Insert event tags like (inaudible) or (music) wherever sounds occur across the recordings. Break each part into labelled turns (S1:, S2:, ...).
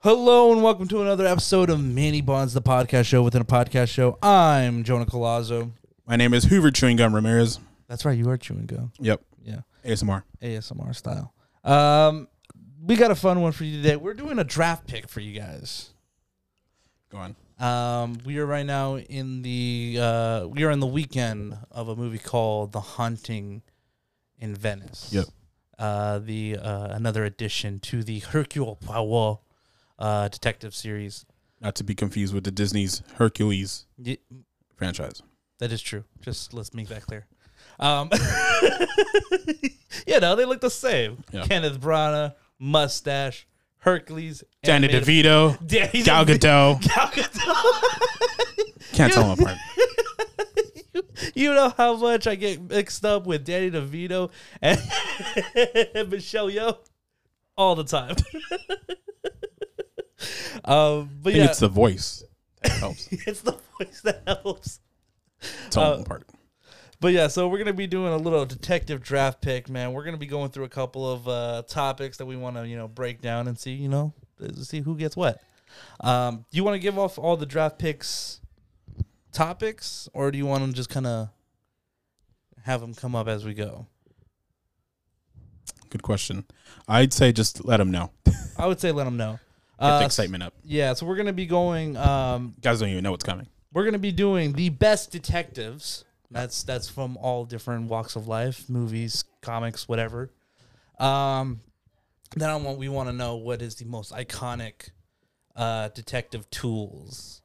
S1: Hello and welcome to another episode of Manny Bonds, the podcast show within a podcast show. I'm Jonah Colazzo.
S2: My name is Hoover Chewing Gum Ramirez.
S1: That's right, you are chewing gum.
S2: Yep.
S1: Yeah,
S2: ASMR.
S1: ASMR style. Um, we got a fun one for you today. We're doing a draft pick for you guys.
S2: Go on.
S1: Um, we are right now in the uh, we are in the weekend of a movie called The Haunting in Venice.
S2: Yep.
S1: Uh, the uh, another addition to the Hercule Poirot uh, detective series.
S2: Not to be confused with the Disney's Hercules
S1: Y-
S2: franchise.
S1: That is true. Just let's make that clear. Um, (laughs) you know, they look the same.
S2: Yeah.
S1: Kenneth Branagh, mustache, Hercules,
S2: Danny
S1: animated- (laughs)
S2: DeVito,
S1: Danny
S2: Gal
S1: DeVito.
S2: Gadot.
S1: Gal Gadot.
S2: Can't tell them apart.
S1: you know how much I get mixed up with Danny DeVito and (laughs) Michelle Yeoh all the time. (laughs) um,
S2: I
S1: but
S2: think
S1: yeah,
S2: it's the voice that helps
S1: (laughs) it's the voice that helps.
S2: tell
S1: Uh,
S2: them apart.
S1: But yeah, so we're gonna be doing a little detective draft pick, man. We're gonna be going through a couple of uh, topics that we want to, you know, break down and see, you know, uh, see who gets what. Um, do you want to give off all the draft picks topics, or do you want to just kind of have them come up as we go?
S2: Good question. I'd say just let them know.
S1: I would say let them know.
S2: Get
S1: Uh,
S2: the excitement up.
S1: Yeah, so we're gonna be going. Um,
S2: Guys don't even know what's coming.
S1: we're gonna be doing the best detectives. That's that's from all different walks of life, movies, comics, whatever. Um, then I want we want to know what is the most iconic uh, detective tools,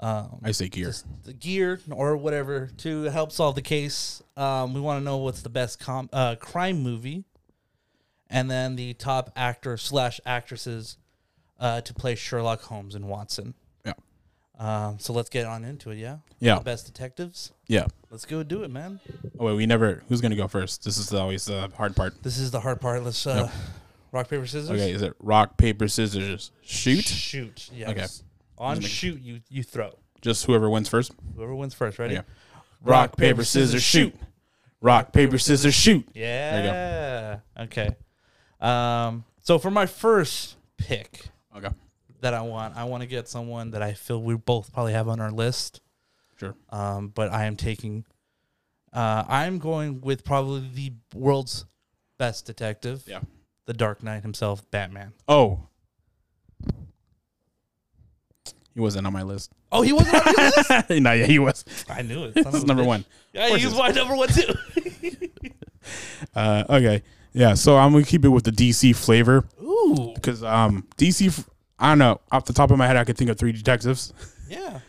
S1: um,
S2: I say gear.
S1: just the gear or whatever to help solve the case. Um, we want to know what's the best com- uh, crime movie, and then the top actor slash actresses uh, to play Sherlock Holmes and Watson.
S2: yeah.
S1: Um, so let's get on into it, yeah?
S2: Yeah.
S1: The best detectives.
S2: Yeah.
S1: Let's go do it, man.
S2: Oh, wait, we never. Who's going to go first? This is always the hard part.
S1: This is the hard part. Let's uh, rock, paper, scissors.
S2: Okay, is it rock, paper, scissors, shoot?
S1: Shoot. Yes.
S2: Okay.
S1: On shoot, you, you throw.
S2: Just whoever wins first?
S1: Whoever wins first, ready?
S2: Okay. Rock, paper, scissors, shoot. Rock, paper, scissors, shoot.
S1: Yeah. Okay. Um, so for my first pick
S2: Okay.
S1: that I want, I want to get someone that I feel we both probably have on our list.
S2: Sure.
S1: um, but I am taking. Uh, I'm going with probably the world's best detective.
S2: Yeah.
S1: The Dark Knight himself, Batman.
S2: Oh. He wasn't on my list. (laughs)
S1: Oh, he wasn't. on your list?
S2: no, yeah, he was.
S1: (laughs) I knew it.
S2: (laughs) This is number one.
S1: (laughs) Yeah, he's
S2: Horses.
S1: my number one too.
S2: Uh, okay. Yeah, so I'm going to keep it with the DC flavor
S1: (laughs) Ooh.
S2: because um, DC, f- I don't know, off the top of my head, I could think of three detectives.
S1: Yeah.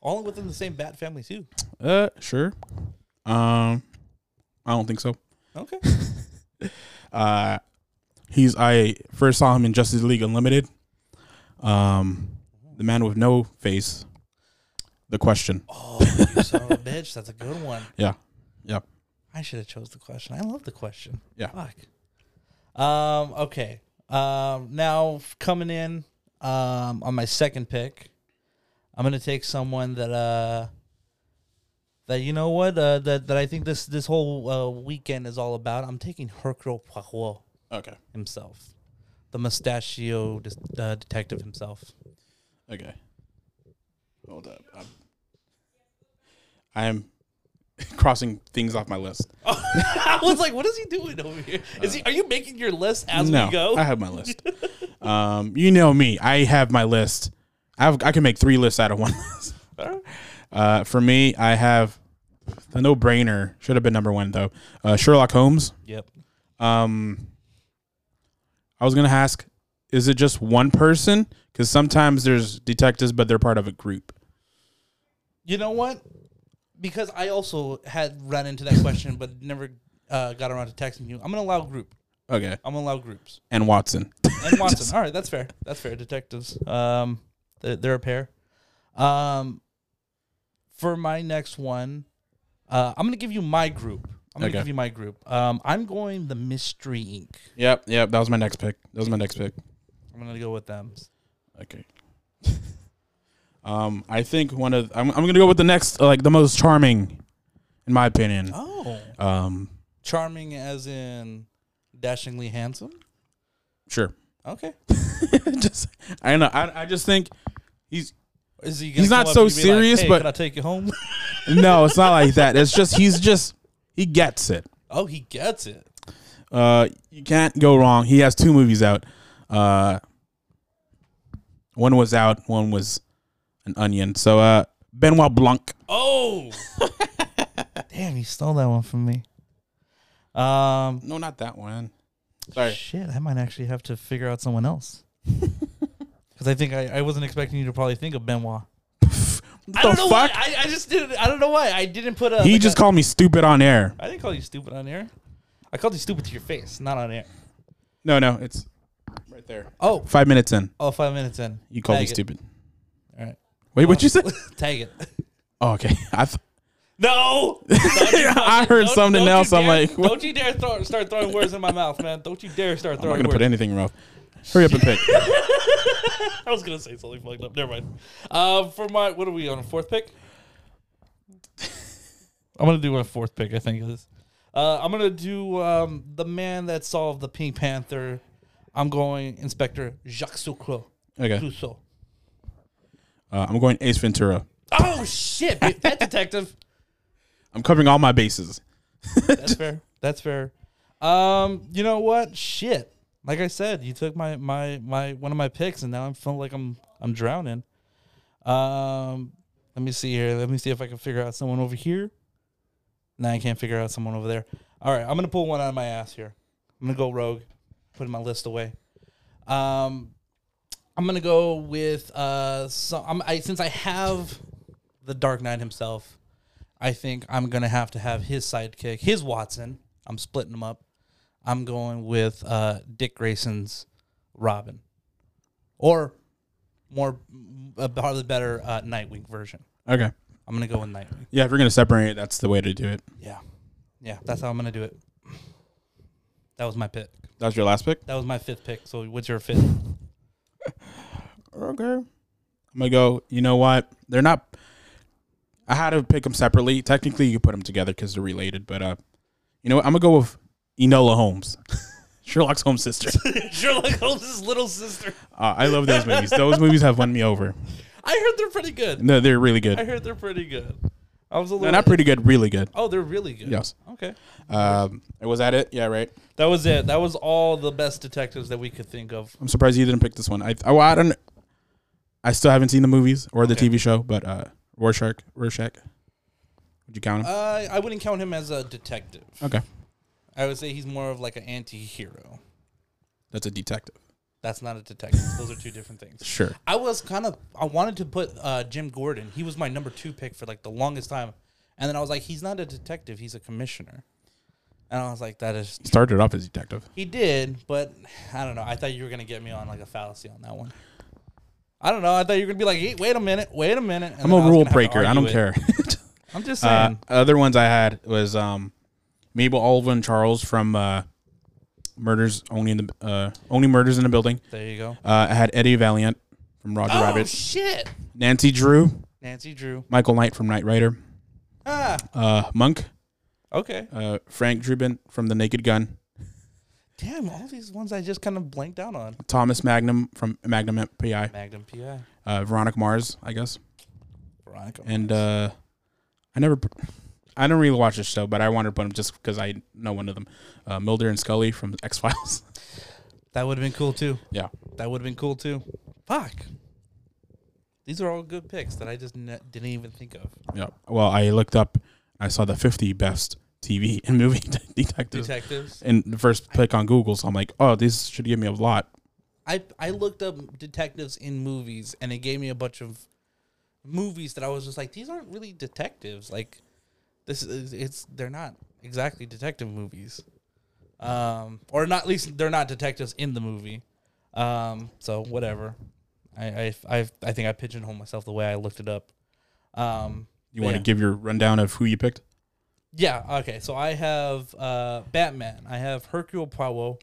S1: All within the same bat family too.
S2: Uh, sure. Um, I don't think so.
S1: Okay.
S2: Uh, he's I first saw him in Justice League Unlimited. Um, the man with no face. The question.
S1: (laughs) Oh, you son of a bitch. That's a good one.
S2: Yeah, yeah.
S1: I should have chose the question. I love the question.
S2: Yeah.
S1: Fuck. Um. Okay. Um. Now f- coming in. Um. On my second pick, I'm gonna take someone that uh. That you know what uh, that that I think this this whole uh, weekend is all about. I'm taking Hercule Poirot
S2: Okay.
S1: himself, the mustachio dis- uh, detective
S2: (laughs)
S1: himself. (laughs)
S2: Okay. Hold up. I'm, I am (laughs) crossing things off my list.
S1: I was like, what is he doing over here? Is he? Are you making your list as
S2: no,
S1: we go?
S2: I have my list. um, you know me. I have my list. I have, I can make three lists out of one (laughs) list. Uh, for me, I have the no brainer. Should have been number one though. Uh, Sherlock Holmes.
S1: yep.
S2: Um, I was gonna ask, is it just one person? Because sometimes there's detectives, but they're part of a group.
S1: You know what? Because I also had run into that question, but never uh, got around to texting you. I'm gonna allow group.
S2: Okay,
S1: I'm gonna allow groups.
S2: and Watson. (laughs)
S1: And Watson. All right, that's fair. That's fair. Detectives. Um, they're, they're a pair. Um, for my next one, uh, I'm gonna give you my group. I'm gonna
S2: Okay.
S1: give you my group. Um, I'm going the Mystery Inc.
S2: Yep, yep. That was my next pick. That was my next pick.
S1: I'm gonna go with them.
S2: Okay. (laughs) um, I think one of I'm I'm gonna go with the next uh, like the most charming, in my opinion.
S1: Oh,
S2: Um,
S1: charming as in dashingly handsome.
S2: sure. (laughs)
S1: Okay.
S2: just I don't know. I, I just think he's
S1: Is he gonna
S2: He's
S1: come
S2: not
S1: up
S2: so
S1: and be like,
S2: serious,
S1: "Hey,
S2: but-
S1: can I take you home?
S2: no, it's not like that. It's just he's just he gets it.
S1: oh, he gets it.
S2: Uh, you can't go wrong. He has two movies out. Uh, one was out. One was an onion. So uh, Benoit Blanc.
S1: Oh, (laughs) damn! He stole that one from me. Um,
S2: No, not that one. Sorry.
S1: Shit, I might actually have to figure out someone else. (laughs) Because I think I, I wasn't expecting you to probably think of Benoit. I don't
S2: The
S1: know why.
S2: fuck?
S1: I, I just didn't. I don't know why. I didn't put a.
S2: He
S1: like
S2: just
S1: a-
S2: called me stupid on air.
S1: I didn't call you stupid on air. I called you stupid to your face, not on air.
S2: No, no, it's right there.
S1: Oh,
S2: Five minutes in,
S1: oh, five minutes in.
S2: you called me
S1: Tag it.
S2: stupid.
S1: All right.
S2: Wait, what'd
S1: (laughs)
S2: you say?
S1: Tag it.
S2: Oh, okay. (laughs) I th- (laughs)
S1: No.
S2: I (laughs) heard
S1: Oh, Don't-
S2: something
S1: don't
S2: else.
S1: you
S2: I'm
S1: dare-
S2: like, what?
S1: don't you dare throw, start throwing words in my mouth, man. Don't you dare (laughs) start
S2: I'm not
S1: throwing
S2: gonna
S1: words.
S2: put anything in your mouth. Hurry up
S1: (laughs)
S2: and pick.
S1: I was gonna say something fucked up. Never mind. Uh, for my what are we on fourth pick? (laughs) I'm gonna do a fourth pick. I think it is. Uh, I'm gonna do um, the man that solved the Pink Panther. I'm going Inspector Jacques Sucre
S2: Okay,
S1: Clouseau.
S2: uh, I'm going Ace Ventura.
S1: Oh shit! bi- That (laughs) detective.
S2: I'm covering all my bases.
S1: That's fair. That's fair. Um, you know what? Shit. Like I said, you took my my my one of my picks, and now I'm feeling like I'm I'm drowning. Um, let me see here. Let me see if I can figure out someone over here. Nah, I can't figure out someone over there. All right, I'm gonna pull one out of my ass here. I'm gonna go rogue, putting my list away. Um, I'm gonna go with uh, so I'm, I since I have the Dark Knight himself. I think I'm gonna have to have his sidekick, his Watson. I'm splitting them up. I'm going with uh, Dick Grayson's Robin, or more uh, probably better uh, Nightwing version.
S2: Okay.
S1: I'm gonna go with Nightwing.
S2: Yeah, if we're gonna separate, it, that's the way to do it.
S1: Yeah, yeah, that's how I'm gonna do it. That was my pick.
S2: That was your last pick.
S1: That was my fifth pick. So what's your fifth?
S2: (laughs) Okay. I'm gonna go. You know what? They're not. I had to pick them separately. Technically, you could put them together because they're related. But uh, you know what? I'm gonna go with Enola Holmes, (laughs) Sherlock's
S1: (laughs)
S2: Holmes sister.
S1: Sherlock Holmes' little sister.
S2: Uh, I love those movies. Those movies have won me over.
S1: I heard they're pretty good.
S2: No, they're really
S1: I
S2: good.
S1: heard they're pretty good. I was a little.
S2: No, not pretty good. Really good.
S1: oh, they're really good.
S2: Yes.
S1: Okay.
S2: Um, was that it? Yeah, right.
S1: That was it. That was all the best detectives that we could think of.
S2: I'm surprised you didn't pick this one. I oh, I don't. I still haven't seen the movies or the
S1: Okay.
S2: TV show, but uh, Rorschach. Rorschach. Would you count him?
S1: Uh, I wouldn't count him as a detective.
S2: okay,
S1: I would say he's more of like an anti-hero.
S2: that's a detective.
S1: That's not a detective. Those are two different things.
S2: Sure.
S1: I was kind of I wanted to put uh, Jim Gordon. He was my number two pick for like the longest time, and then I was like, he's not a detective. He's a commissioner. And I was like, that is
S2: Started off as detective.
S1: he did, but I don't know. I thought you were gonna get me on like a fallacy on that one. I don't know. I thought you were gonna be like, hey, wait a minute, wait a minute. and
S2: I'm
S1: then I
S2: a
S1: was gonna
S2: rule
S1: have to
S2: breaker. I
S1: argue
S2: don't
S1: it.
S2: care.
S1: (laughs) I'm just
S2: uh,
S1: saying.
S2: other ones I had was um, Mabel Alvin Charles from uh, Murders Only in the uh, Only Murders in the Building.
S1: there you go.
S2: Uh, I had Eddie Valiant from Roger
S1: Oh
S2: Rabbit.
S1: shit!
S2: Nancy Drew,
S1: Nancy Drew.
S2: Michael Knight from Knight Rider.
S1: Ah,
S2: Uh, Monk,
S1: okay.
S2: uh, Frank Drubin from The Naked Gun.
S1: Damn, all these ones I just kind of blanked out on.
S2: Thomas Magnum from Magnum PI.
S1: Magnum PI.
S2: Uh, Veronica Mars, I guess.
S1: Veronica.
S2: And uh, I never, I don't really watch this show, but I wanted to put them just because I know one of them. Uh, Mulder and Scully from (laughs) X Files.
S1: that would have been cool too.
S2: yeah.
S1: That would have been cool too. Fuck. These are all good picks that I just ne- didn't even think of.
S2: Yeah. Well, I looked up. I saw the 50 best TV (laughs) and movie detectives,
S1: Detectives.
S2: and the first pick on Google. So I'm like, oh, this should give me a lot.
S1: I I looked up detectives in movies, and it gave me a bunch of movies that I was just like, these aren't really detectives. Like, this is it's they're not exactly detective movies, um, or not at least they're not detectives in the movie. Um, so whatever. I I I, I think I pigeonholed myself the way I looked it up. Um,
S2: You want to
S1: Yeah.
S2: give your rundown of who you picked?
S1: yeah. Okay. So I have uh, Batman. I have Hercule Poirot.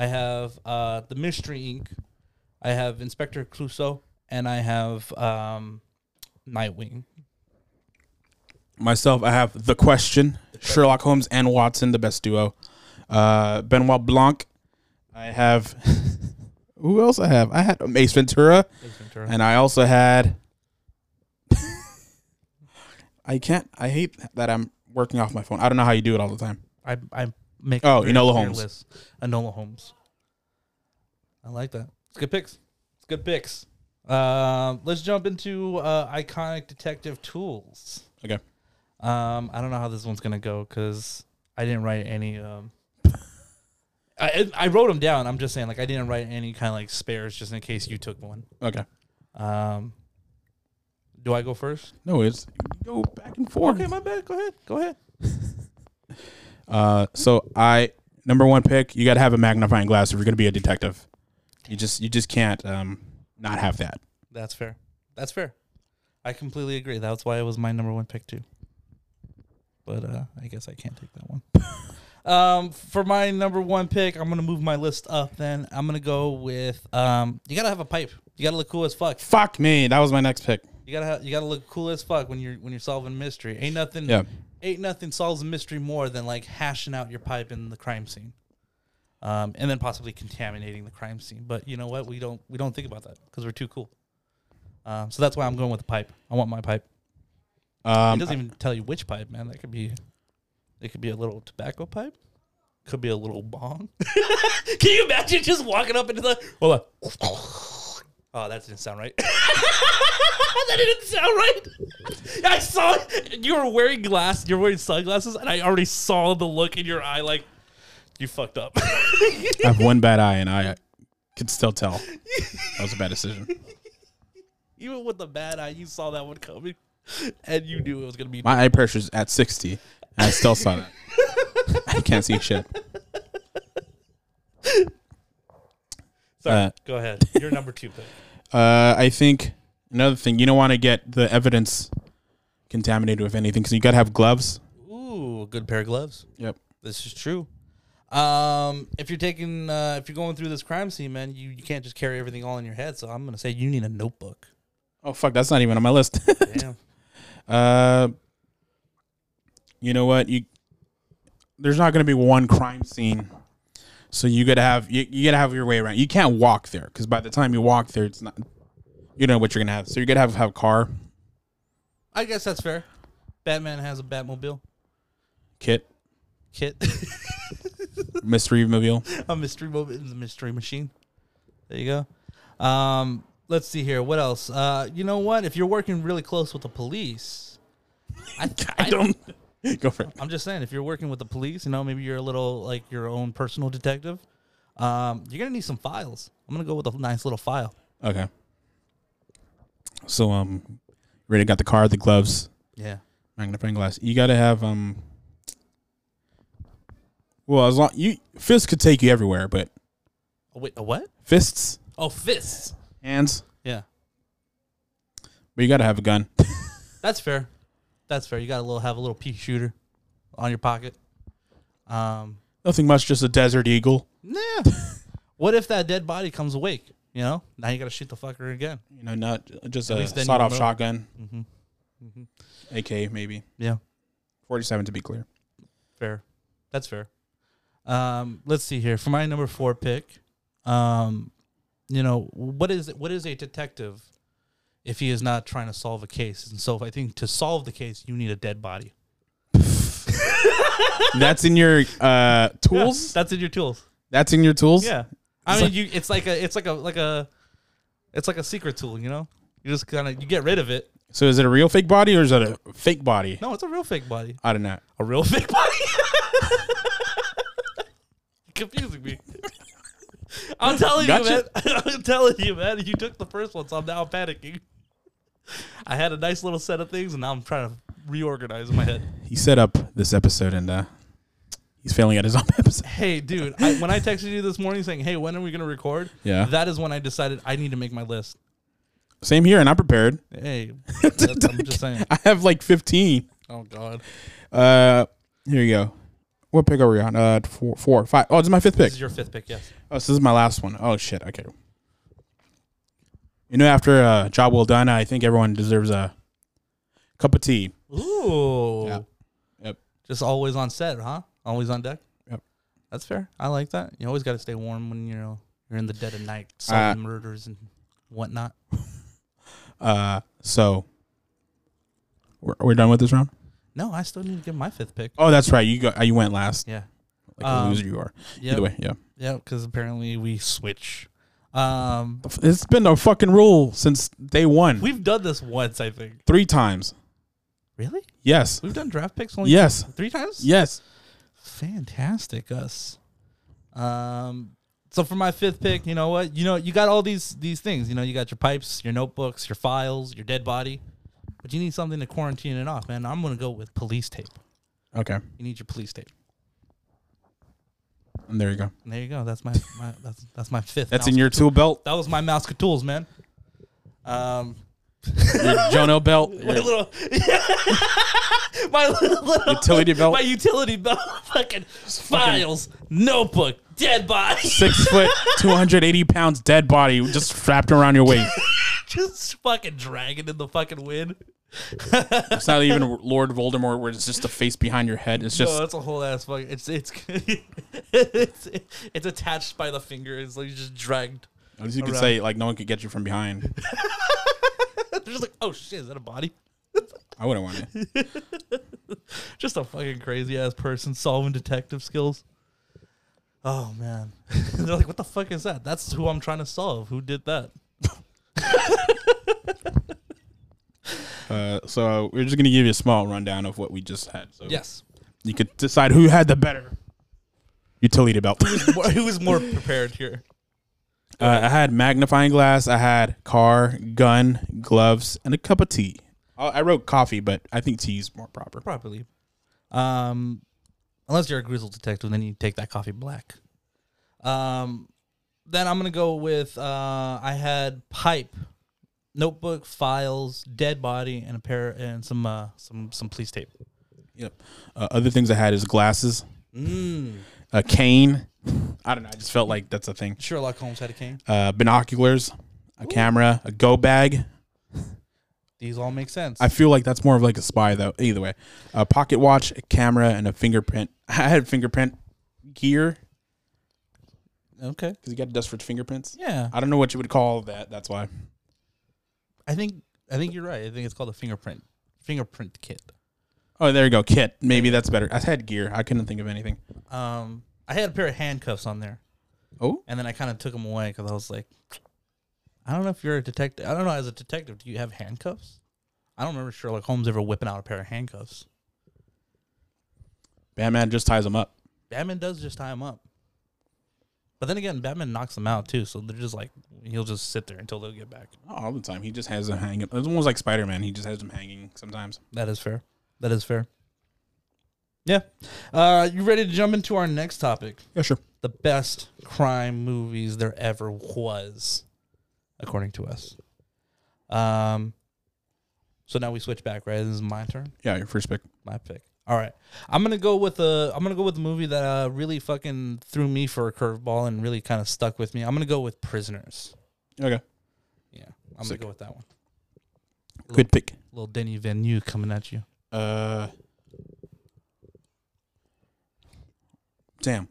S1: I have uh, the Mystery Inc. I have Inspector Clouseau, and I have um, Nightwing.
S2: Myself, I have The Question, Sherlock Holmes and Watson, the best duo. Uh, Benoit Blanc. I have (laughs) Who else I have? I had Ace Ventura,
S1: Ace Ventura.
S2: and I also had. (laughs) I can't. I hate that I'm working off my phone. I don't know how you do it all the time.
S1: I I make
S2: Oh,
S1: very
S2: Enola
S1: clear
S2: Holmes.
S1: lists. Enola Holmes. I like that. It's good picks. It's good picks. Um, let's jump into uh, iconic detective tools.
S2: Okay.
S1: Um, I don't know how this one's gonna go because I didn't write any. Um, (laughs) I I wrote them down. I'm just saying, like I didn't write any kind of like spares just in case you took one.
S2: Okay.
S1: Um, do I go first?
S2: No, it's go back and forth.
S1: Okay, my bad. Go ahead. Go ahead.
S2: Uh, so I number one pick. You got to have a magnifying glass if you're going to be a detective. You just you just can't um not have that.
S1: That's fair. That's fair. I completely agree. That's why it was my number one pick too. But uh, I guess I can't take that one. um, for my number one pick, I'm gonna move my list up. Then I'm gonna go with um, you gotta have a pipe. You gotta look cool as fuck.
S2: Fuck me. That was my next pick.
S1: You gotta have, you gotta look cool as fuck when you're when you're solving mystery. Ain't nothing.
S2: Yeah.
S1: Ain't nothing solves a mystery more than like hashing out your pipe in the crime scene, um, and then possibly contaminating the crime scene. But you know what? We don't we don't think about that because we're too cool. Um, so that's why I'm going with the pipe. I want my pipe. it
S2: Um,
S1: doesn't even tell you which pipe, man. That could be, it could be a little tobacco pipe, could be a little bong. (laughs) Can you imagine just walking up into the? Hold on. Oh, that didn't sound right. (laughs) that didn't sound right. I saw you were wearing glass. You're wearing sunglasses, and I already saw the look in your eye, like you fucked up. (laughs)
S2: I have one bad eye, and I could still tell that was a bad decision.
S1: Even with the bad eye, you saw that one coming, and you knew it was gonna be.
S2: My eye pressure's at sixty, and I still saw that. I can't see shit.
S1: Sorry.
S2: uh,
S1: Go ahead. You're number two pick.
S2: Uh, I think another thing you don't want to get the evidence contaminated with anything because you got to have gloves.
S1: Ooh, a good pair of gloves.
S2: Yep.
S1: This is true. Um, if you're taking, uh, if you're going through this crime scene, man, you, you can't just carry everything all in your head. So I'm gonna say you need a notebook.
S2: Oh fuck, that's not even on my list. (laughs)
S1: Damn.
S2: Uh, you know what? You there's not going to be one crime scene, so you gotta have you, you gotta have your way around. You can't walk there because by the time you walk there, it's not you know what you're gonna have. So you gotta have have a car
S1: I guess that's fair. Batman has a Batmobile
S2: kit,
S1: kit, (laughs)
S2: mystery mobile.
S1: a mystery mo- it's a mystery machine. There you go. Um, let's see here. What else? Uh, you know what? If you're working really close with the police, I,
S2: I don't (laughs) go for it.
S1: I'm just saying, if you're working with the police, you know, maybe you're a little like your own personal detective. Um, you're gonna need some files. I'm gonna go with a nice little file.
S2: Okay. So um, already got the car, the gloves,
S1: Yeah.
S2: magnifying glass. You gotta have um. Well, as long you fists could take you everywhere, but
S1: Oh, wait, a what?
S2: fists,
S1: Oh, fists.
S2: hands.
S1: Yeah,
S2: But you gotta have a gun.
S1: that's fair. That's fair. You got to little have a little pea shooter on your pocket. Um,
S2: Nothing much, just a desert eagle.
S1: (laughs) yeah. what if that dead body comes awake? You know, now you got to shoot the fucker again.
S2: You know, not just
S1: At
S2: a
S1: least then
S2: sawed-off
S1: you'll know.
S2: shotgun,
S1: Mm-hmm.
S2: AK maybe
S1: Yeah,
S2: forty-seven to be clear. (laughs)
S1: fair. That's fair. Um, let's see here for my number four pick. Um, you know what is what is a detective if he is not trying to solve a case? And so I think to solve the case, you need a dead body.
S2: That's in your uh, tools.
S1: That's in your tools.
S2: That's in your tools.
S1: Yeah, I
S2: It's
S1: mean, you. It's like a. It's like a. Like a. It's like a secret tool, you know. You just kind of you get rid of it.
S2: So is it a real fake body or is it a fake body?
S1: No, it's a real fake body.
S2: I don't know.
S1: A real fake body. (laughs) Confusing me. I'm telling
S2: Gotcha.
S1: you, man. (laughs) I'm telling you, man. You took the first one, so I'm now panicking. I had a nice little set of things, and now I'm trying to reorganize in my head.
S2: He set up this episode and uh, he's failing at his (laughs) own episode.
S1: Hey, dude, I, when I texted you this morning saying, "Hey, when are we gonna record?"
S2: Yeah.
S1: that is when I decided I need to make my list.
S2: Same here, and I'm prepared.
S1: (laughs)
S2: (laughs)
S1: Hey, that's, I'm just saying.
S2: I have like fifteen.
S1: Oh God.
S2: Uh, here you go. What pick are we on? Uh, four, four, five. Oh, this is my fifth pick.
S1: This is your fifth pick, yes.
S2: Oh, so this is my last one. Oh shit. Okay. You know, after a job well done, I think everyone deserves a cup of tea.
S1: Ooh.
S2: Yeah. Yep.
S1: Just always on set, huh? Always on deck.
S2: Yep.
S1: That's fair. I like that. You always got to stay warm when you know You're in the dead of night, solving murders and whatnot.
S2: Uh, so we're, we're done with this round.
S1: No, I still need to give my fifth pick.
S2: Oh, that's right. You got you went last.
S1: Yeah.
S2: Like a
S1: Um,
S2: loser you are.
S1: Yeah.
S2: Either way, yeah.
S1: Yeah, because apparently we switch. Um,
S2: It's been a fucking rule since day one.
S1: we've done this once, I think.
S2: Three times.
S1: Really?
S2: Yes.
S1: We've done draft picks only
S2: Yes.
S1: three times.
S2: Yes.
S1: Fantastic, us. Um, so for my fifth pick, you know what? You know, you got all these these things. You know, you got your pipes, your notebooks, your files, your dead body, but you need something to quarantine it off, man. I'm gonna go with police tape.
S2: Okay.
S1: You need your police tape.
S2: And there you go.
S1: And there you go. That's my, my that's that's my fifth.
S2: That's
S1: mouse-
S2: in your tool belt,
S1: That was my mouse tools, man. Um,
S2: (laughs) your Jono belt,
S1: my
S2: your
S1: little, (laughs) my little
S2: utility
S1: my
S2: belt,
S1: utility belt, (laughs) fucking files, notebook, dead body.
S2: six foot, 280 pounds dead body just strapped around your waist.
S1: (laughs) just fucking dragging in the fucking wind.
S2: (laughs) It's not even Lord Voldemort where it's just the face behind your head. It's
S1: no,
S2: just
S1: Oh, that's a whole ass fucking. It's it's (laughs) it's it's attached by the finger. It's like just dragged. (laughs)
S2: at least you could
S1: around.
S2: say like no one could get you from behind.
S1: They're just like, oh shit, is that a body?
S2: I wouldn't want it.
S1: Just a fucking crazy ass person solving detective skills. Oh man, (laughs) they're like, what the fuck is that? That's who I'm trying to solve. Who did that?
S2: Uh, so we're just gonna give you a small rundown of what we just had. So
S1: Yes,
S2: you could decide who had the better utility belt. (laughs)
S1: More- who is more prepared here?
S2: Uh, I had magnifying glass. I had car, gun, gloves, and a cup of tea. I I wrote coffee, but I think tea is more proper.
S1: properly. Um, unless you're a grizzled detective, then you take that coffee black. Um, then I'm gonna go with uh, I had pipe, notebook, files, dead body, and a pair and some uh, some some police tape.
S2: Yep. Uh, other things I had is glasses,
S1: Mm.
S2: a cane. I don't know. I just felt like that's a thing.
S1: Sherlock Holmes had a cane.
S2: Uh, binoculars, a camera, a go bag.
S1: These all make sense.
S2: I feel like that's more of like a spy though. Either way, a pocket watch, a camera, and a fingerprint. (laughs) I had fingerprint gear
S1: okay.
S2: because you got to dust for fingerprints.
S1: Yeah,
S2: I don't know what you would call that. That's why.
S1: I think I think you're right. I think it's called a fingerprint fingerprint kit.
S2: Oh, there you go. Kit. Maybe that's better. I had gear. I couldn't think of anything.
S1: Um, I had a pair of handcuffs on there.
S2: Oh.
S1: and then I kind of took them away because I was like, I don't know if you're a detective. I don't know. As a detective, do you have handcuffs? I don't remember Sherlock Holmes ever whipping out a pair of handcuffs.
S2: Batman just ties them up.
S1: Batman does just tie him up, but then again, Batman knocks them out too. So they're just like he'll just sit there until they'll get back.
S2: Not all the time. He just has them hanging. It's almost like Spider Man. He just has them hanging sometimes.
S1: That is fair. That is fair. Yeah. Uh, you ready to jump into our next topic?
S2: Yeah, sure.
S1: The best crime movies there ever was, according to us. Um. So now we switch back, right? This is my turn.
S2: Yeah, your first pick.
S1: my pick. All right, I'm gonna go with a I'm gonna go with a movie that uh, really fucking threw me for a curveball and really kind of stuck with me. I'm gonna go with Prisoners.
S2: Okay.
S1: Yeah, I'm
S2: Sick.
S1: gonna go with that one.
S2: Good pick.
S1: Little Denny Van New coming at you.
S2: Uh. Damn.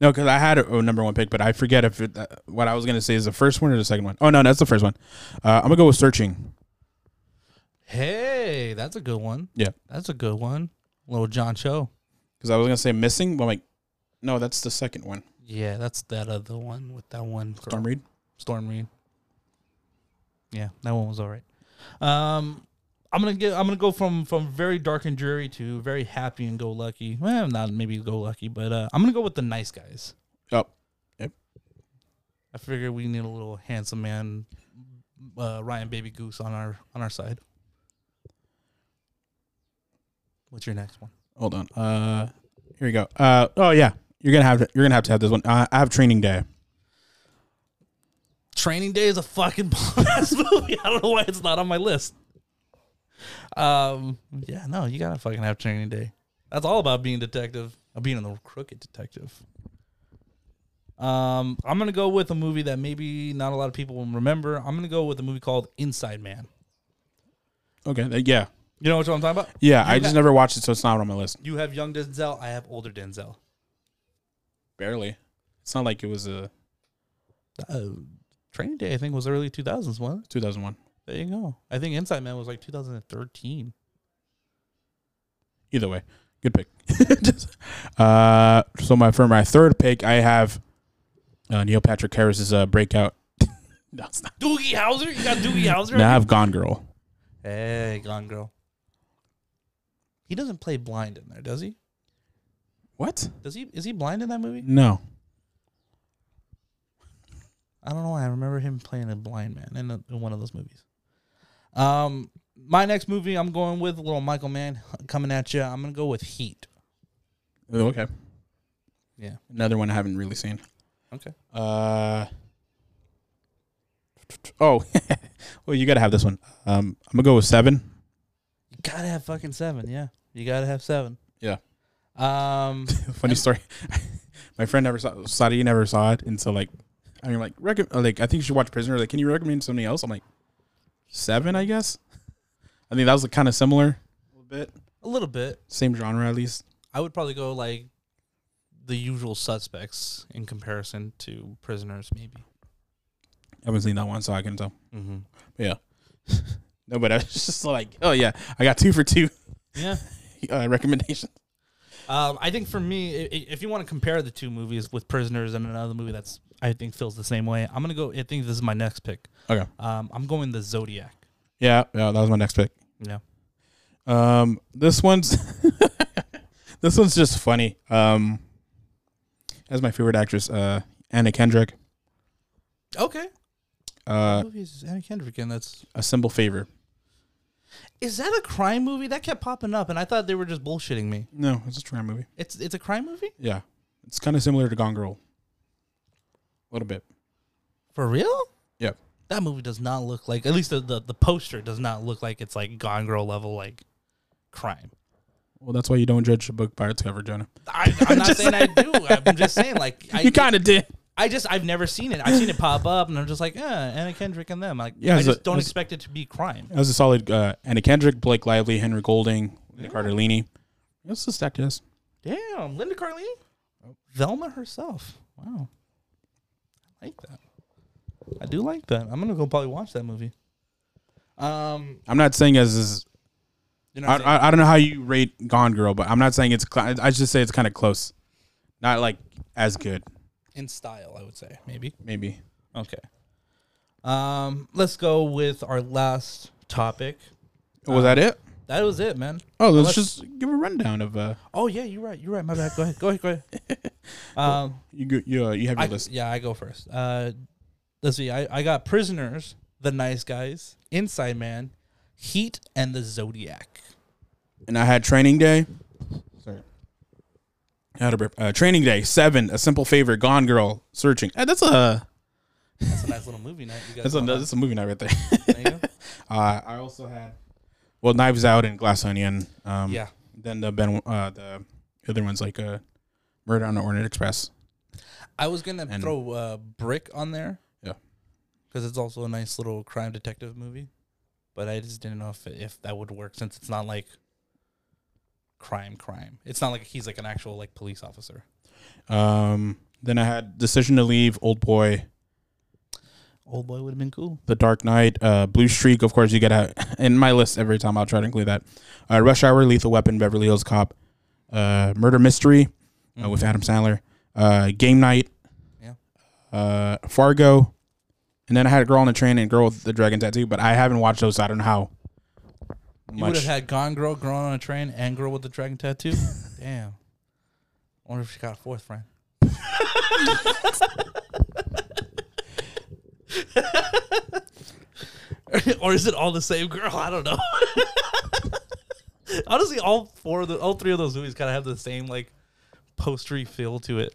S2: No, because I had a, a number one pick, but I forget if it, uh, what I was gonna say is the first one or the second one. Oh no, that's the first one. Uh, I'm gonna go with searching.
S1: Hey, that's a good one.
S2: Yeah.
S1: that's a good one. Little John Cho.
S2: because I was gonna say missing, but I'm like, no, that's the second one.
S1: Yeah, that's that other one with that one girl.
S2: Storm Reed.
S1: Storm Reed. Yeah, that one was all right. Um, I'm gonna get. I'm gonna go from from very dark and dreary to very happy and go lucky. Well, not maybe go lucky, but uh, I'm gonna go with the nice guys.
S2: Oh,
S1: I figure we need a little handsome man, uh, Ryan Baby Goose on our on our side. What's your next one?
S2: hold on. Uh, here we go. Uh, oh yeah, you're gonna have to, you're gonna have to have this one. Uh, I have training day.
S1: Training Day is a fucking (laughs) ass movie. I don't know why it's not on my list. Um, yeah, no, you gotta fucking have Training Day. That's all about being detective. uh, Being the crooked detective. Um, I'm gonna go with a movie that maybe not a lot of people will remember. I'm gonna go with a movie called Inside Man.
S2: Okay, uh, yeah,
S1: You know what I'm talking about?
S2: yeah. I
S1: You
S2: just
S1: got-
S2: never watched it, so it's not on my list.
S1: You have young Denzel. I have older Denzel.
S2: Barely. It's not like it was a
S1: Uh, Training Day, I think, was early 2000s one.
S2: 2001.
S1: There you go. I think Inside Man was like 2013.
S2: Either way, good pick. (laughs) Just- uh, so my for my third pick, I have uh, Neil Patrick Harris's uh, breakout. (laughs) no, it's not.
S1: Doogie Howser? You got Doogie Howser?
S2: Now I have Gone Girl.
S1: Hey, Gone Girl. He doesn't play blind in there, does he?
S2: What?
S1: Does he? Is he blind in that movie?
S2: No.
S1: I don't know why. I remember him playing a blind man in, a, in one of those movies. Um, my next movie I'm going with little Michael Mann (laughs) coming at you. I'm gonna go with Heat.
S2: Oh, Okay.
S1: Yeah.
S2: Another one I haven't really seen.
S1: Okay.
S2: Uh. Oh, (laughs) well, you gotta have this one. Um, I'm gonna go with seven.
S1: You gotta have fucking seven. Yeah, you gotta have seven.
S2: Yeah.
S1: Um. (laughs)
S2: Funny story. (laughs) My friend never saw Sadi never saw it, and so like, I mean, like, rec- like I think you should watch Prisoner. Like, can you recommend something else? I'm like, seven, I guess. I think that was kind of similar, a little bit,
S1: A little bit.
S2: same genre at least.
S1: I would probably go like the usual suspects in comparison to prisoners, maybe.
S2: I haven't seen that one, so I can tell.
S1: Mm-hmm.
S2: No, but I was (laughs) just like, oh yeah, I got two for two (laughs)
S1: Yeah.
S2: uh, recommendations.
S1: Um, I think for me, i- i- if you want to compare the two movies with Prisoners and another movie that's I think feels the same way, I'm gonna go. I think this is my next pick.
S2: Okay.
S1: Um, I'm going the Zodiac.
S2: Yeah, yeah, that was my next pick.
S1: Yeah.
S2: Um, this one's (laughs) this one's just funny. Um, as my favorite actress, uh, Anna Kendrick.
S1: Okay.
S2: Uh,
S1: what movie is Anna Kendrick in? That's
S2: a simple favor.
S1: is that a crime movie that kept popping up, and I thought they were just bullshitting me.
S2: No, it's a crime movie.
S1: It's it's a crime movie
S2: Yeah, it's kind of similar to Gone Girl. A little bit.
S1: for real.
S2: Yep.
S1: That movie does not look like at least the, the, the poster does not look like it's like Gone Girl level like crime.
S2: Well, that's why you don't judge a book by its cover, Jonah.
S1: I,
S2: (laughs)
S1: I'm not saying I do. I'm just saying like I,
S2: you kind of did.
S1: I just I've never seen it. I've seen it pop up, and I'm just like, yeah, Anna Kendrick and them. Like,
S2: Yeah,
S1: I
S2: it's
S1: just
S2: a-
S1: don't
S2: it's-
S1: expect it to be crime.
S2: That was a solid uh, Anna Kendrick, Blake Lively, Henry Golding, Linda Carter Leaney. That's the stack yes.
S1: Damn, Linda Carlini, Velma herself. Wow, I like that. I do like that. I'm gonna go probably watch that movie. Um,
S2: I'm not saying as is.
S1: you know,
S2: I, I, I don't know how you rate Gone Girl, but I'm not saying it's. Cl- I just say it's kind of close, not like as good.
S1: in style, I would say maybe.
S2: Maybe
S1: Okay. Um, let's go with our last topic.
S2: was that it?
S1: That was it, man.
S2: Oh,
S1: let's-
S2: let's just give a rundown of. Uh,
S1: Oh yeah, you're right. You're right. My bad. Go ahead. Go ahead. Go ahead. (laughs) Um.
S2: you go- you uh, you have your
S1: I,
S2: list.
S1: Yeah, I go first. Uh, let's see. I, I got Prisoners, The Nice Guys, Inside Man, Heat, and The Zodiac.
S2: and I had training day. Sorry. I had a burp. Uh, training day seven. A simple favor. Gone girl. Searching. Eh, that's a
S1: That's a nice little movie night. You guys
S2: that's a
S1: want
S2: that's a movie night right there. (laughs)
S1: that? There you go.
S2: Uh, I also had well Knives Out and Glass Onion. Um,
S1: Yeah.
S2: Then the Ben uh, the other ones like uh, Murder on the Orient Express.
S1: I was gonna
S2: And-
S1: throw uh, Brick on there.
S2: Yeah.
S1: because it's also a nice little crime detective movie, but I just didn't know if if that would work since it's not like crime crime. It's not like he's like an actual like police officer.
S2: Um, then I had Decision to Leave, Old Boy,
S1: Old boy would have been cool.
S2: The Dark Knight, uh, Blue Streak. Of course, you get out (laughs) in my list every time. I'll try to include that. Uh, Rush Hour, Lethal Weapon, Beverly Hills Cop, uh, Murder Mystery uh, with Adam Sandler, uh, Game Night,
S1: Mm-hmm. Yeah.
S2: uh, Fargo, and then I had a Girl on the Train and Girl with the Dragon Tattoo. But I haven't watched those. So I don't know how
S1: You would
S2: much.
S1: have had Gone Girl, Girl on a Train, and Girl with the Dragon Tattoo. (laughs) Damn. I wonder if she got a fourth friend. (laughs) or is it all the same girl? I don't know. (laughs) Honestly, all four of the, all three of those movies kind of have the same like postery feel to it.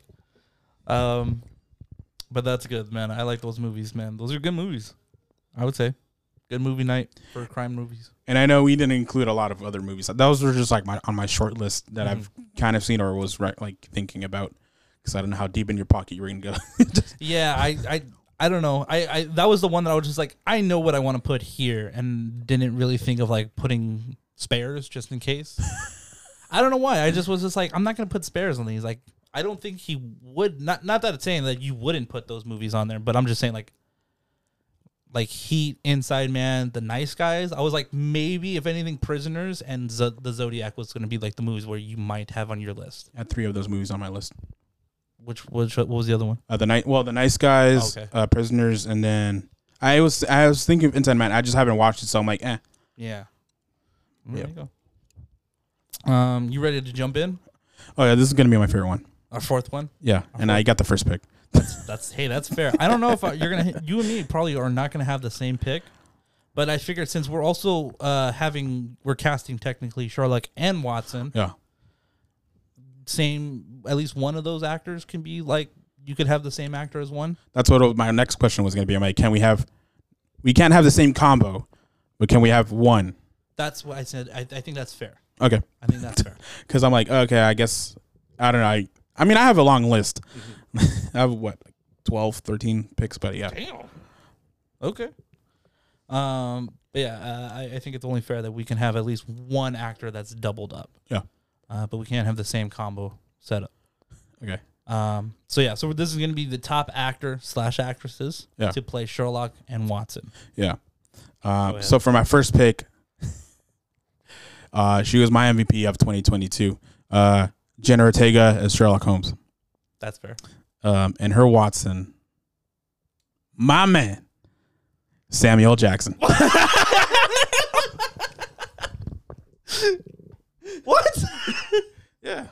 S1: Um, but that's good, man. I like those movies, man. Those are good movies. I would say, good movie night for crime movies.
S2: and I know we didn't include a lot of other movies. Those were just like my on my short list that I've kind of seen or was re- like thinking about because I don't know how deep in your pocket you're gonna go. (laughs)
S1: Yeah, I, I, I don't know. I, I, that was the one that I was just like, I know what I want to put here, and didn't really think of like putting spares just in case. I don't know why. I just was just like, I'm not gonna put spares on these. Like, I don't think he would not not that it's saying that you wouldn't put those movies on there, but I'm just saying like like Heat, Inside Man, The Nice Guys. I was like maybe if anything Prisoners and Z- The Zodiac was going to be like the movies where you might have on your list.
S2: I had three of those movies on my list.
S1: Which which what was the other one?
S2: Uh, the night, well, the nice guys,
S1: Okay.
S2: uh, prisoners, and then I was I was thinking of Inside Man. I just haven't watched it, so I'm like, eh.
S1: Yeah.
S2: Yeah.
S1: There you go. Um, you ready to jump in?
S2: Oh yeah, this is gonna be my favorite one.
S1: Our fourth one.
S2: Yeah, and I got the first pick.
S1: That's hey, that's fair. I don't know if I, you're gonna (laughs) you and me probably are not gonna have the same pick, but I figured since we're also uh, having we're casting technically Sherlock and Watson,
S2: Yeah,
S1: same at least one of those actors can be like you could have the same actor as one.
S2: that's what my next question was gonna be. I'm like, can we have? We can't have the same combo, but can we have one?
S1: That's what I said. I, I think that's fair.
S2: Okay,
S1: I think that's
S2: (laughs)
S1: fair.
S2: because I'm like, okay, I guess I don't know. I I mean, I have a long list.
S1: Mm-hmm.
S2: (laughs) I have what, like 12, 13 picks, but yeah,
S1: Okay. Um. But yeah, uh, I, I think it's only fair that we can have at least one actor that's doubled up.
S2: yeah,
S1: uh, but we can't have the same combo setup.
S2: okay,
S1: Um, so yeah, so this is going to be the top actor slash actresses
S2: Yeah.
S1: to play Sherlock and Watson.
S2: yeah. Um,
S1: ahead.
S2: so for my first pick, uh, she was my MVP of 2022. Uh, Jenna Ortega as Sherlock Holmes,
S1: That's fair.
S2: um, and her Watson, my man, Samuel Jackson.
S1: What?
S2: Yeah,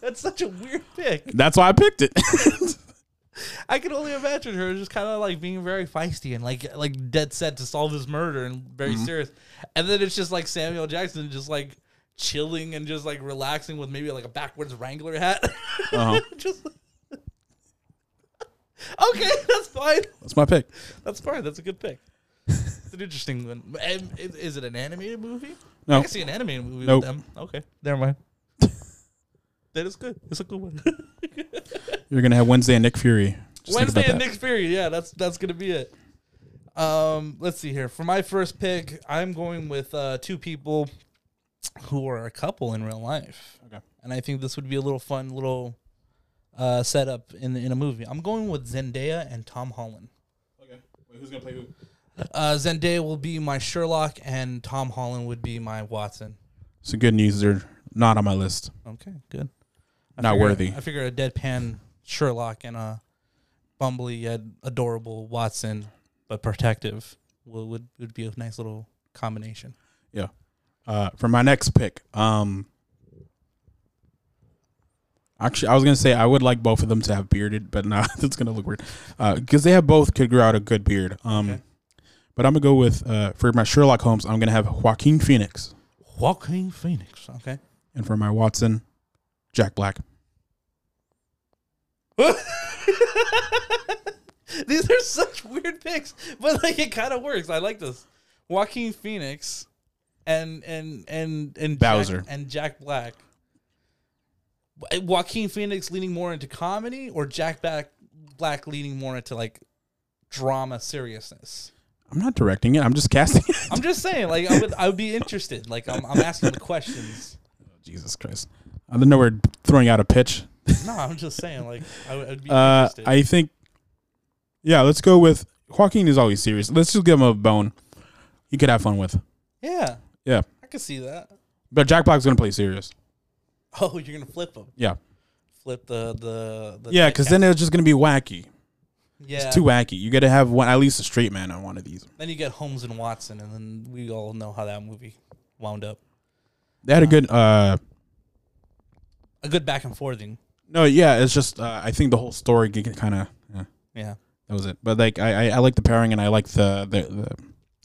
S1: That's such a weird pick.
S2: that's why I picked it. (laughs)
S1: I can only imagine her just kind of like being very feisty and like like dead set to solve this murder and very
S2: Mm-hmm.
S1: serious. And then it's just like Samuel Jackson just like chilling and just like relaxing with maybe like a backwards Wrangler hat.
S2: Uh-huh.
S1: (laughs) just Okay, that's fine.
S2: that's my pick.
S1: That's fine. That's a good pick. It's an interesting one. And is, is it an animated movie?
S2: No.
S1: I can see an animated movie
S2: Nope.
S1: with them. Okay, never
S2: (laughs)
S1: mind. that is good. It's a good one.
S2: You're gonna have Wednesday and Nick Fury. Just think
S1: Wednesday
S2: about
S1: and
S2: that.
S1: Nick Fury. Yeah, that's that's gonna be it. Um, let's see here. For my first pick, I'm going with uh, two people who are a couple in real life,
S2: Okay.
S1: and I think this would be a little fun little uh, setup in in a movie. I'm going with Zendaya and Tom Holland.
S2: Okay. Wait, who's gonna play who?
S1: Uh, Zendaya will be my Sherlock, and Tom Holland would be my Watson.
S2: So good news, they're not on my list.
S1: Okay, good.
S2: not
S1: figure-
S2: worthy.
S1: I figure a deadpan Sherlock and a bumbly yet adorable Watson, but protective, would would, would be a nice little combination.
S2: yeah. Uh, for my next pick, um, actually, I was gonna say I would like both of them to have bearded, but nah, (laughs) that's gonna look weird. Because they have both could grow out a good beard. Um,
S1: Okay.
S2: but I'm gonna go with uh, for my Sherlock Holmes, I'm gonna have Joaquin Phoenix,
S1: Joaquin Phoenix. Okay.
S2: and for my Watson, Jack Black.
S1: (laughs) These are such weird picks, but like it kind of works. I like this. Joaquin Phoenix and and and and
S2: Bowser.
S1: Jack, and Jack Black. Wa- Joaquin Phoenix leaning more into comedy, or Jack Black Black leaning more into like drama seriousness.
S2: I'm not directing it. I'm just (laughs) casting it.
S1: I'm just saying, like I would I would be interested. Like I'm I'm asking the questions.
S2: Jesus Christ! I don't know we're throwing out a pitch.
S1: No, I'm just saying, like I would, I would be
S2: Uh,
S1: interested.
S2: I think, yeah, let's go with Joaquin is always serious. Let's just give him a bone. You could have fun with.
S1: yeah,
S2: Yeah.
S1: I could see that.
S2: But Jack Black's going to play serious.
S1: Oh, you're gonna flip them.
S2: Yeah.
S1: flip the the, the
S2: Yeah, because then it's just going to be wacky.
S1: yeah.
S2: Too wacky. You got to have one, at least a straight man on one of these.
S1: then you get Holmes and Watson, and then we all know how that movie wound up.
S2: They had a good, uh,
S1: A good back and forthing.
S2: no, yeah, it's just, uh, I think the whole story kind of, yeah,
S1: Yeah.
S2: that was it. But like, I, I, I like the pairing and I like the, the, the,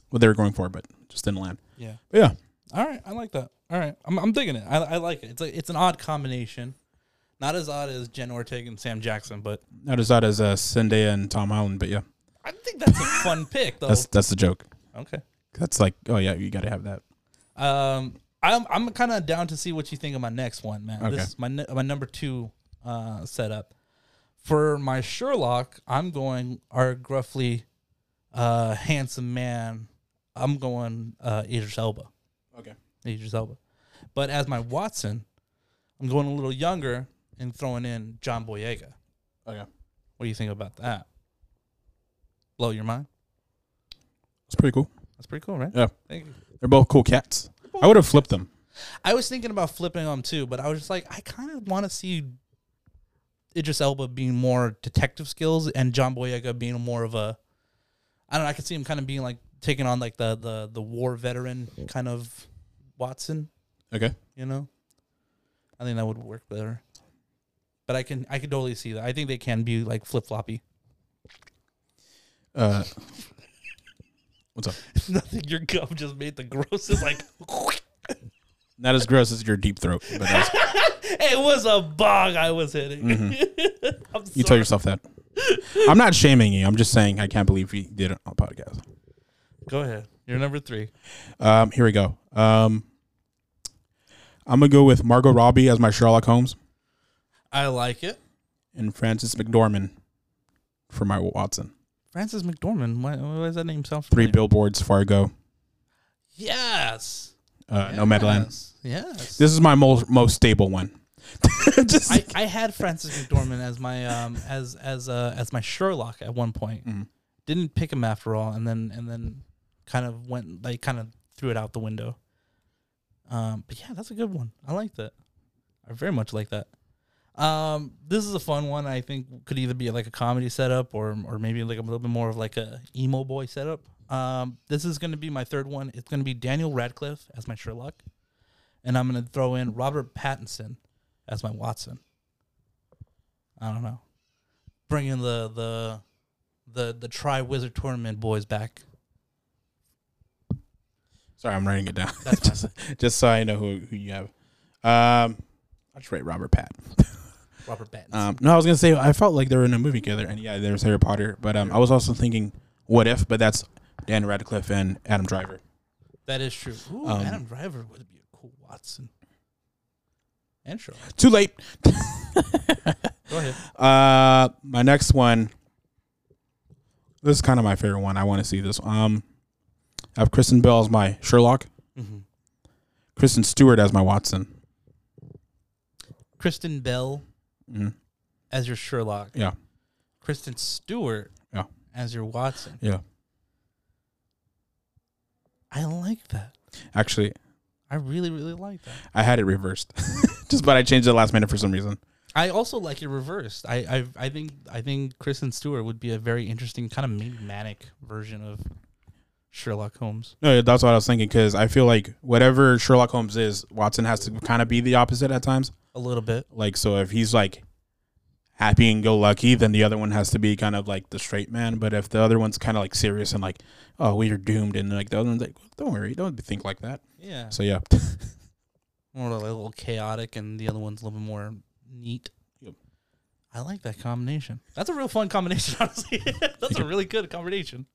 S2: what they were going for, but just didn't land.
S1: Yeah.
S2: But yeah.
S1: All right, I like that. All right, I'm I'm digging it. I, I like it. It's like it's an odd combination, not as odd as Jen Ortega and Sam Jackson, but
S2: Not as odd as, uh, Zendaya and Tom Holland, but yeah,
S1: I think that's a fun (laughs) pick though.
S2: that's, that's the joke.
S1: okay.
S2: That's like, oh yeah, you got to have that.
S1: Um, I'm I'm kind of down to see what you think of my next one, man.
S2: Okay.
S1: This is my ne- my number two uh, setup for my Sherlock. I'm going our gruffly, uh, handsome man. I'm going uh, Idris Elba.
S2: Okay.
S1: Idris Elba, but as my Watson, I'm going a little younger and throwing in John Boyega.
S2: Okay.
S1: What do you think about that? Blow your mind.
S2: It's pretty cool.
S1: That's pretty cool, right?
S2: Yeah.
S1: Thank you.
S2: They're both cool cats. I would have flipped them.
S1: I was thinking about flipping them too, but I was just like, I kind of want to see Idris Elba being more detective skills and John Boyega being more of a. I don't know. I could see him kind of being like taking on like the the the war veteran kind of Watson.
S2: Okay.
S1: You know, I think that would work better. But I can I can totally see that. I think they can be like flip floppy.
S2: Uh, what's up?
S1: (laughs) Nothing. Your gum just made the grossest like. (laughs)
S2: Not as gross as your deep throat, but that's,
S1: it was a bog I was hitting. I'm
S2: you
S1: sorry.
S2: tell yourself that. I'm not shaming you. I'm just saying I can't believe he did it on a podcast.
S1: (laughs) Go ahead. You're number three.
S2: Um, here we go. Um, I'm gonna go with Margot Robbie as my Sherlock Holmes
S1: I like it.
S2: and Francis McDormand for my Watson.
S1: Francis McDormand. Why, why does that name sound
S2: Three
S1: familiar?
S2: billboards, Fargo,
S1: Yes.
S2: uh, No Nomadland.
S1: Yes. Yes.
S2: This is my most most stable one. (laughs) Just-
S1: I, I had Francis McDormand as my um as as uh as my Sherlock at one point.
S2: Mhm.
S1: Didn't pick him after all, and then and then kind of went like kind of threw it out the window. Um, but yeah, that's a good one. I like that. I very much like that. Um, this is a fun one. I think could either be like a comedy setup or or maybe like a little bit more of like a emo boy setup. Um, this is going to be my third one. It's going to be Daniel Radcliffe as my Sherlock, and I'm going to throw in Robert Pattinson as my Watson. I don't know. Bringing the the the the Tri Wizard Tournament boys back.
S2: Sorry, I'm writing it down.
S1: That's fine.
S2: (laughs) just, just so I know who, who you have. Um, I'll just write Robert Pat.
S1: Robert Pattinson.
S2: Um, no, I was gonna say I felt like they were in a movie together, and yeah, there's Harry Potter. But um, I was also thinking, what if? But that's Dan Radcliffe and Adam Driver.
S1: that is true. Ooh,
S2: um,
S1: Adam Driver would be a cool Watson. And Sherlock.
S2: Too late.
S1: Go ahead.
S2: Uh, my next one. This is kind of my favorite one. I want to see this. Um, I have Kristen Bell as my Sherlock, Kristen Stewart as my Watson.
S1: Kristen Bell
S2: Mhm.
S1: as your Sherlock.
S2: Yeah,
S1: Kristen Stewart
S2: Yeah.
S1: as your Watson.
S2: yeah.
S1: I like that.
S2: Actually,
S1: I really, really like that.
S2: I had it reversed, (laughs) just but I changed it last minute for some reason.
S1: I also like it reversed. I, I I think I think Kristen Stewart would be a very interesting kind of maybe manic version of Sherlock Holmes.
S2: No, that's what I was thinking because I feel like whatever Sherlock Holmes is, Watson has to kind of be the opposite at times.
S1: A little bit.
S2: Like, so if he's like happy and go lucky, then the other one has to be kind of like the straight man. But if the other one's kind of like serious and like, oh, we are doomed, and like the other one's like, don't worry, don't think like that.
S1: Yeah.
S2: So yeah, (laughs)
S1: More like a little chaotic and the other one's a little bit more neat.
S2: Yep.
S1: I like that combination. That's a real fun combination, (laughs) honestly. That's a really good combination.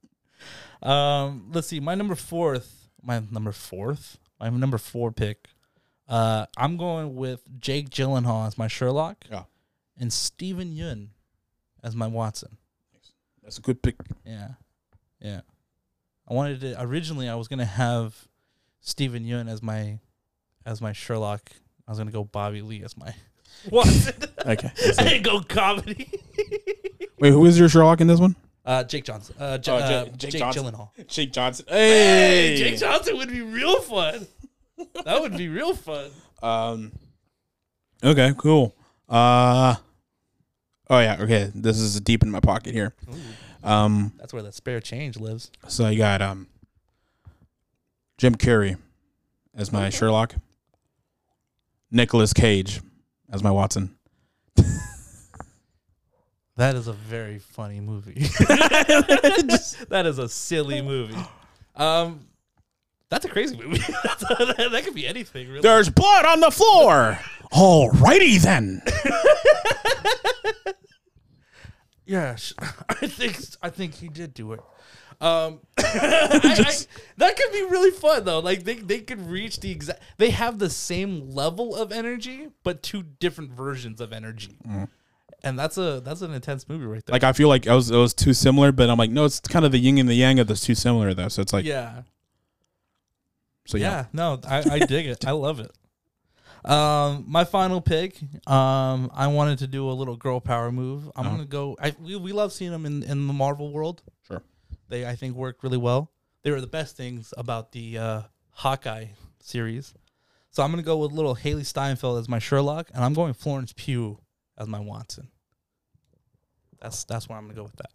S1: Um, let's see. My number fourth, my number fourth, my number four pick. Uh, I'm going with Jake Gyllenhaal as my Sherlock,
S2: Yeah.
S1: and Steven Yeun as my Watson.
S2: that's a good pick.
S1: Yeah. Yeah. I wanted to originally I was gonna have Steven Yeun as my as my Sherlock. I was gonna go Bobby Lee as my (laughs) what?
S2: Okay.
S1: I didn't (laughs) go comedy.
S2: (laughs) Wait, who is your Sherlock in this one?
S1: Uh, Jake Johnson. Uh, J-
S2: Oh,
S1: uh,
S2: Jake-
S1: Jake,
S2: Jake Johnson.
S1: Gyllenhaal.
S2: Jake Johnson.
S1: Hey, Jake Johnson would be real fun. (laughs) that would be real fun.
S2: Um. Okay. Cool. Uh. Oh yeah. Okay. This is deep in my pocket here. Um.
S1: That's where that spare change lives.
S2: So I got um Jim Carrey as my Sherlock, Nicolas Cage as my Watson.
S1: That is a very funny (laughs) movie. that is a silly (gasps) movie. Um, that's a crazy movie. (laughs) That's a- that could be anything, really.
S2: There's blood on the floor. Alrighty then.
S1: Yeah, sh- (laughs) I think I think he did do it.
S2: (laughs)
S1: Um, (coughs) I- I- that could be really fun though. Like they they could reach the exact. They have the same level of energy, but two different versions of energy. And that's a that's an intense movie right there.
S2: Mm. Like I feel like I was it was too similar, but I'm like, no, it's kind of the yin and the yang of this too similar though. So it's like
S1: yeah.
S2: so yeah.
S1: Yeah, no, I, I dig it. I love it. Um, my final pick. Um, I wanted to do a little girl power move.
S2: Uh-huh.
S1: I'm gonna go. I we, we love seeing them in in the Marvel world.
S2: Sure.
S1: They I think worked really well. They were the best things about the uh, Hawkeye series. So I'm gonna go with little Haley Steinfeld as my Sherlock, and I'm going Florence Pugh as my Watson. That's that's where I'm gonna go with that.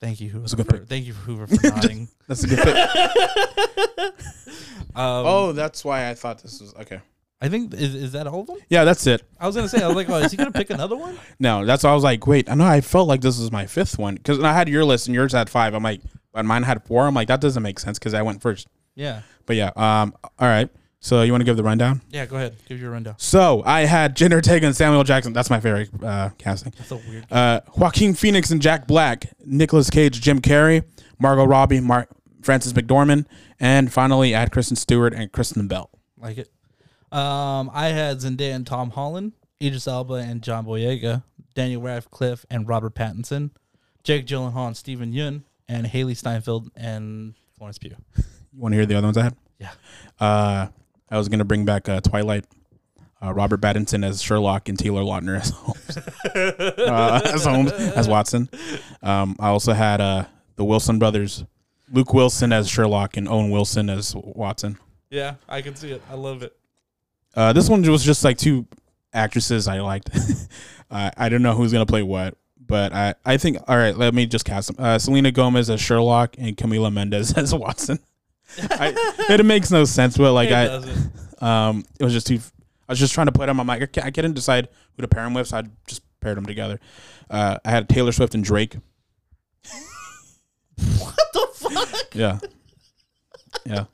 S1: Thank you, Hoover.
S2: a good
S1: for-
S2: pick.
S1: Thank you, Hoover,
S2: (laughs)
S1: for nodding.
S2: That's a good pick.
S1: Um, oh,
S2: (laughs) oh, that's why I thought this was okay.
S1: I think is, is that all of them?
S2: Yeah, that's it.
S1: I was gonna say I was like, oh, is he gonna pick another
S2: (laughs)
S1: one?
S2: No, that's why I was like, wait, I know I felt like this was my fifth one because I had your list and yours had five. I'm like, but mine had four. I'm like, that doesn't make sense because I went first.
S1: Yeah,
S2: But yeah, um, all right. So you want to give the rundown?
S1: yeah. Go ahead, give your rundown.
S2: So I had Jenna Ortega and Samuel Jackson. That's my favorite uh, casting.
S1: That's a weird.
S2: Uh, Joaquin Phoenix and Jack Black, Nicolas Cage, Jim Carrey, Margot Robbie, Mar- Francis McDormand, and finally I had Kristen Stewart and Kristen Bell.
S1: Like it. Um, I had Zendaya and Tom Holland, Idris Elba and John Boyega, Daniel Radcliffe and Robert Pattinson, Jake Gyllenhaal and Stephen Yun, and Haley Steinfeld and Florence Pugh.
S2: You want to hear the other ones I had?
S1: Yeah.
S2: Uh, I was gonna bring back uh, Twilight, uh, Robert Pattinson as Sherlock and Taylor Lautner as Holmes, uh, as Holmes as Watson. Um, I also had uh, the Wilson brothers, Luke Wilson as Sherlock and Owen Wilson as Watson.
S1: Yeah, I can see it. I love it.
S2: Uh, this one was just like two actresses I liked. (laughs) uh, I don't know who's gonna play what, but I, I think all right. Let me just cast them. Uh, Selena Gomez as Sherlock and Camila Mendez (laughs) as Watson. I, it makes no sense, but like
S1: it
S2: I,
S1: doesn't.
S2: um, it was just too. I was just trying to put them. I'm like, I ca- I couldn't decide who to pair them with, so I just paired them together. Uh, I had Taylor Swift and Drake.
S1: (laughs) What the fuck?
S2: Yeah, yeah.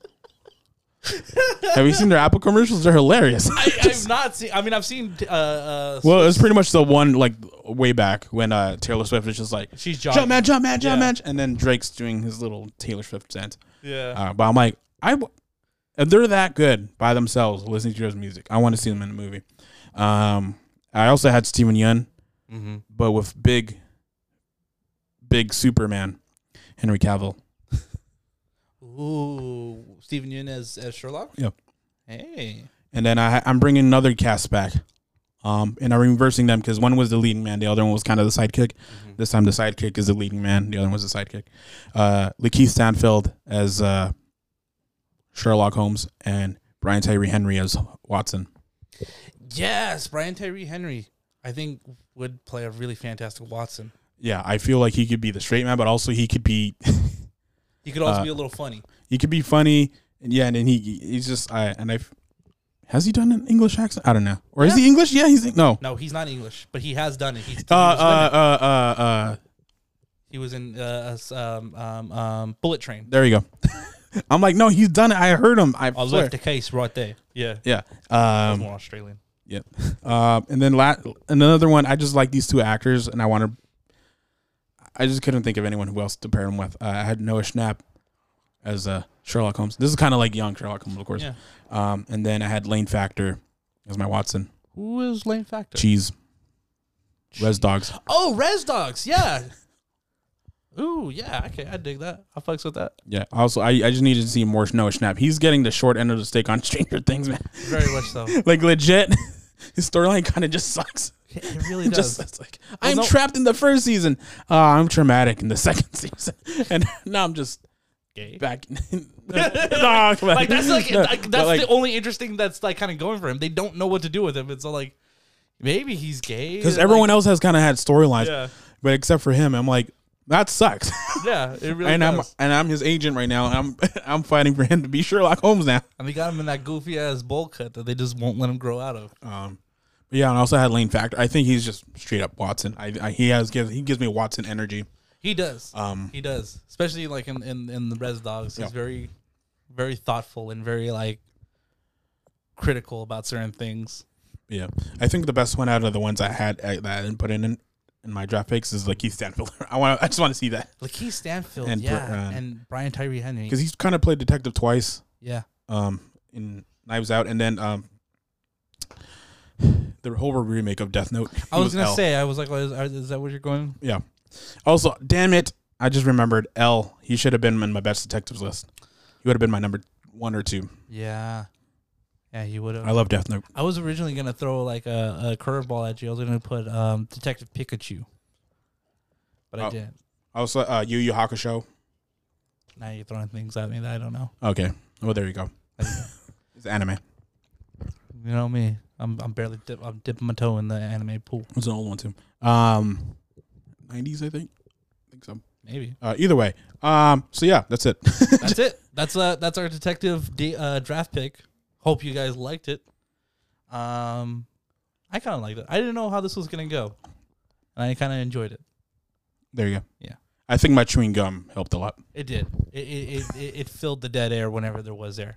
S2: Have you seen their Apple commercials? They're hilarious.
S1: (laughs) I, I've not seen. I mean, I've seen. Uh, uh,
S2: (laughs) Well, it was pretty much the one like way back when uh, Taylor Swift was just like
S1: she's
S2: jump
S1: jogging.
S2: man, jump man, jump
S1: Yeah.
S2: man, and then Drake's doing his little Taylor Swift dance.
S1: Yeah.
S2: Uh, but I'm like, I w- if they're that good by themselves listening to his music, I want to see them in a movie. Um, I also had Steven Yeun,
S1: mm-hmm.
S2: but with big, big Superman, Henry Cavill.
S1: Ooh, Stephen Yeun as, as Sherlock.
S2: Yep.
S1: Hey.
S2: And then I, I'm bringing another cast back. Um, and I'm reversing them because one was the leading man, the other one was kind of the sidekick. This time the sidekick is the leading man, the other one was the sidekick. Uh, Lakeith Stanfield as uh, Sherlock Holmes and Brian Tyree Henry as Watson.
S1: Yes, Brian Tyree Henry. I think would play a really fantastic Watson.
S2: Yeah, I feel like he could be the straight man, but also he could be
S1: He could also
S2: Uh,
S1: be a little funny.
S2: he could be funny. And yeah, and then he he's just I and I has he done an English accent? I don't know. Or is
S1: Yeah.
S2: he English? Yeah, he's no.
S1: No, he's not English, but he has done it. He's,
S2: Uh, uh,
S1: he, was in it.
S2: uh, uh, uh,
S1: He was in uh, us, um, um, um, Bullet Train.
S2: There you go. (laughs) I'm like, no, he's done it. I heard him. I
S1: I
S2: swear.
S1: left the case right there. Yeah,
S2: Yeah.
S1: that's
S2: Um,
S1: more Australian.
S2: yeah. Um, and then la- and another one. I just like these two actors, and I want to. I just couldn't think of anyone who else to pair him with. Uh, I had Noah Schnapp as uh, Sherlock Holmes. This is kind of like young Sherlock Holmes, of course.
S1: Yeah.
S2: Um, and then I had Lane Factor as my Watson.
S1: Who is Lane Factor?
S2: Cheese. Res Dogs.
S1: Oh, Res Dogs. Yeah. Ooh, yeah. Okay, I dig that. I fucks with that
S2: Yeah. Also, I, I just needed to see more Noah Schnapp. He's getting the short end of the stick on Stranger Things, man. (laughs)
S1: very much so.
S2: like legit. (laughs) His storyline kind of just sucks. (laughs)
S1: It really does.
S2: just (laughs) it's like I'm
S1: no-
S2: trapped in the first season. Uh, I'm traumatic in the (laughs) second season, and now I'm just
S1: Gay.
S2: back. (laughs)
S1: (laughs)
S2: No,
S1: like that's like,
S2: (laughs) no,
S1: like
S2: but,
S1: that's
S2: like,
S1: the only interesting that's like kind of going for him. They don't know what to do with him. It's all like maybe he's gay
S2: because everyone else has kind of had storylines,
S1: Yeah.
S2: but except for him, I'm like that sucks.
S1: else. (laughs) Yeah, (laughs) it really.
S2: and I'm
S1: does.
S2: and I'm his agent right now. And I'm (laughs) I'm fighting for him to be Sherlock Holmes now.
S1: and they got him in that goofy ass bowl cut that they just won't let him grow out of.
S2: Um, but yeah, and I also had Lane Factor. I think he's just straight up Watson. I, I he has gives he gives me Watson energy.
S1: He does.
S2: Um,
S1: he does, especially like in in, in the Res Dogs. He's
S2: Yeah.
S1: very, very thoughtful and very like critical about certain things.
S2: Yeah, I think the best one out of the ones I had uh, that I didn't put in in, in my draft picks is like Keith Stanfield. (laughs) I want, I just want to see that
S1: Lakeith Stanfield,
S2: And Br-
S1: yeah,
S2: uh,
S1: and Brian Tyree Henry,
S2: because he's kind of played detective twice,
S1: yeah,
S2: um, in Knives Out, and then um, the whole remake of Death Note.
S1: I was,
S2: He
S1: gonna
S2: L.
S1: say, I was like, well, is, are- is that what you're going?
S2: yeah. Also, damn it, I just remembered L. He should have been in my best detectives list. He would have been my number one or two.
S1: Yeah. Yeah, you would have.
S2: I love Death Note.
S1: I was originally gonna throw like a, a curveball at you. I was gonna put um, Detective Pikachu, but I
S2: Oh.
S1: didn't.
S2: Also, uh, Yu Yu Hakusho.
S1: Now you're throwing things at me that I don't know.
S2: Okay. Well, there you go. it's anime.
S1: You know me. I'm I'm barely dip, I'm dipping my toe in the anime pool.
S2: It's an old one too. Um, 90s, I think. I think so.
S1: Maybe
S2: Uh, either way. Um, so yeah, that's it.
S1: that's it. That's uh that's our detective D, uh, draft pick. Hope you guys liked it. Um, I kind of liked it. I didn't know how this was gonna go, and I kind of enjoyed it.
S2: (laughs) there you go.
S1: Yeah.
S2: I think my chewing gum helped a lot.
S1: It did. It it, it- it it filled the dead air whenever there was air.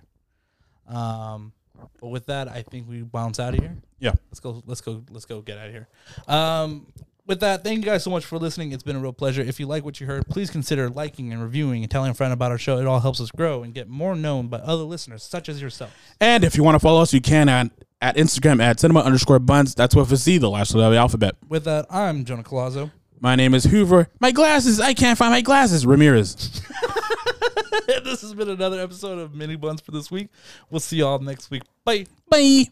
S1: Um, but with that, I think we bounce out of here.
S2: Yeah.
S1: Let's go. Let's go. Let's go. Get out of here. Um, with that, thank you guys so much for listening. It's been a real pleasure. If you like what you heard, please consider liking and reviewing and telling a friend about our show. It all helps us grow and get more known by other listeners, such as yourself.
S2: And if you want to follow us, you can at, at Instagram at cinema underscore buns. That's what for Z, the last letter of the alphabet.
S1: With that, I'm Jonah (laughs) Colazzo.
S2: My name is Hoover. My glasses. I can't find my glasses. Ramirez.
S1: this has been another episode of Mini Buns for this week. We'll see y'all next week. Bye.
S2: Bye.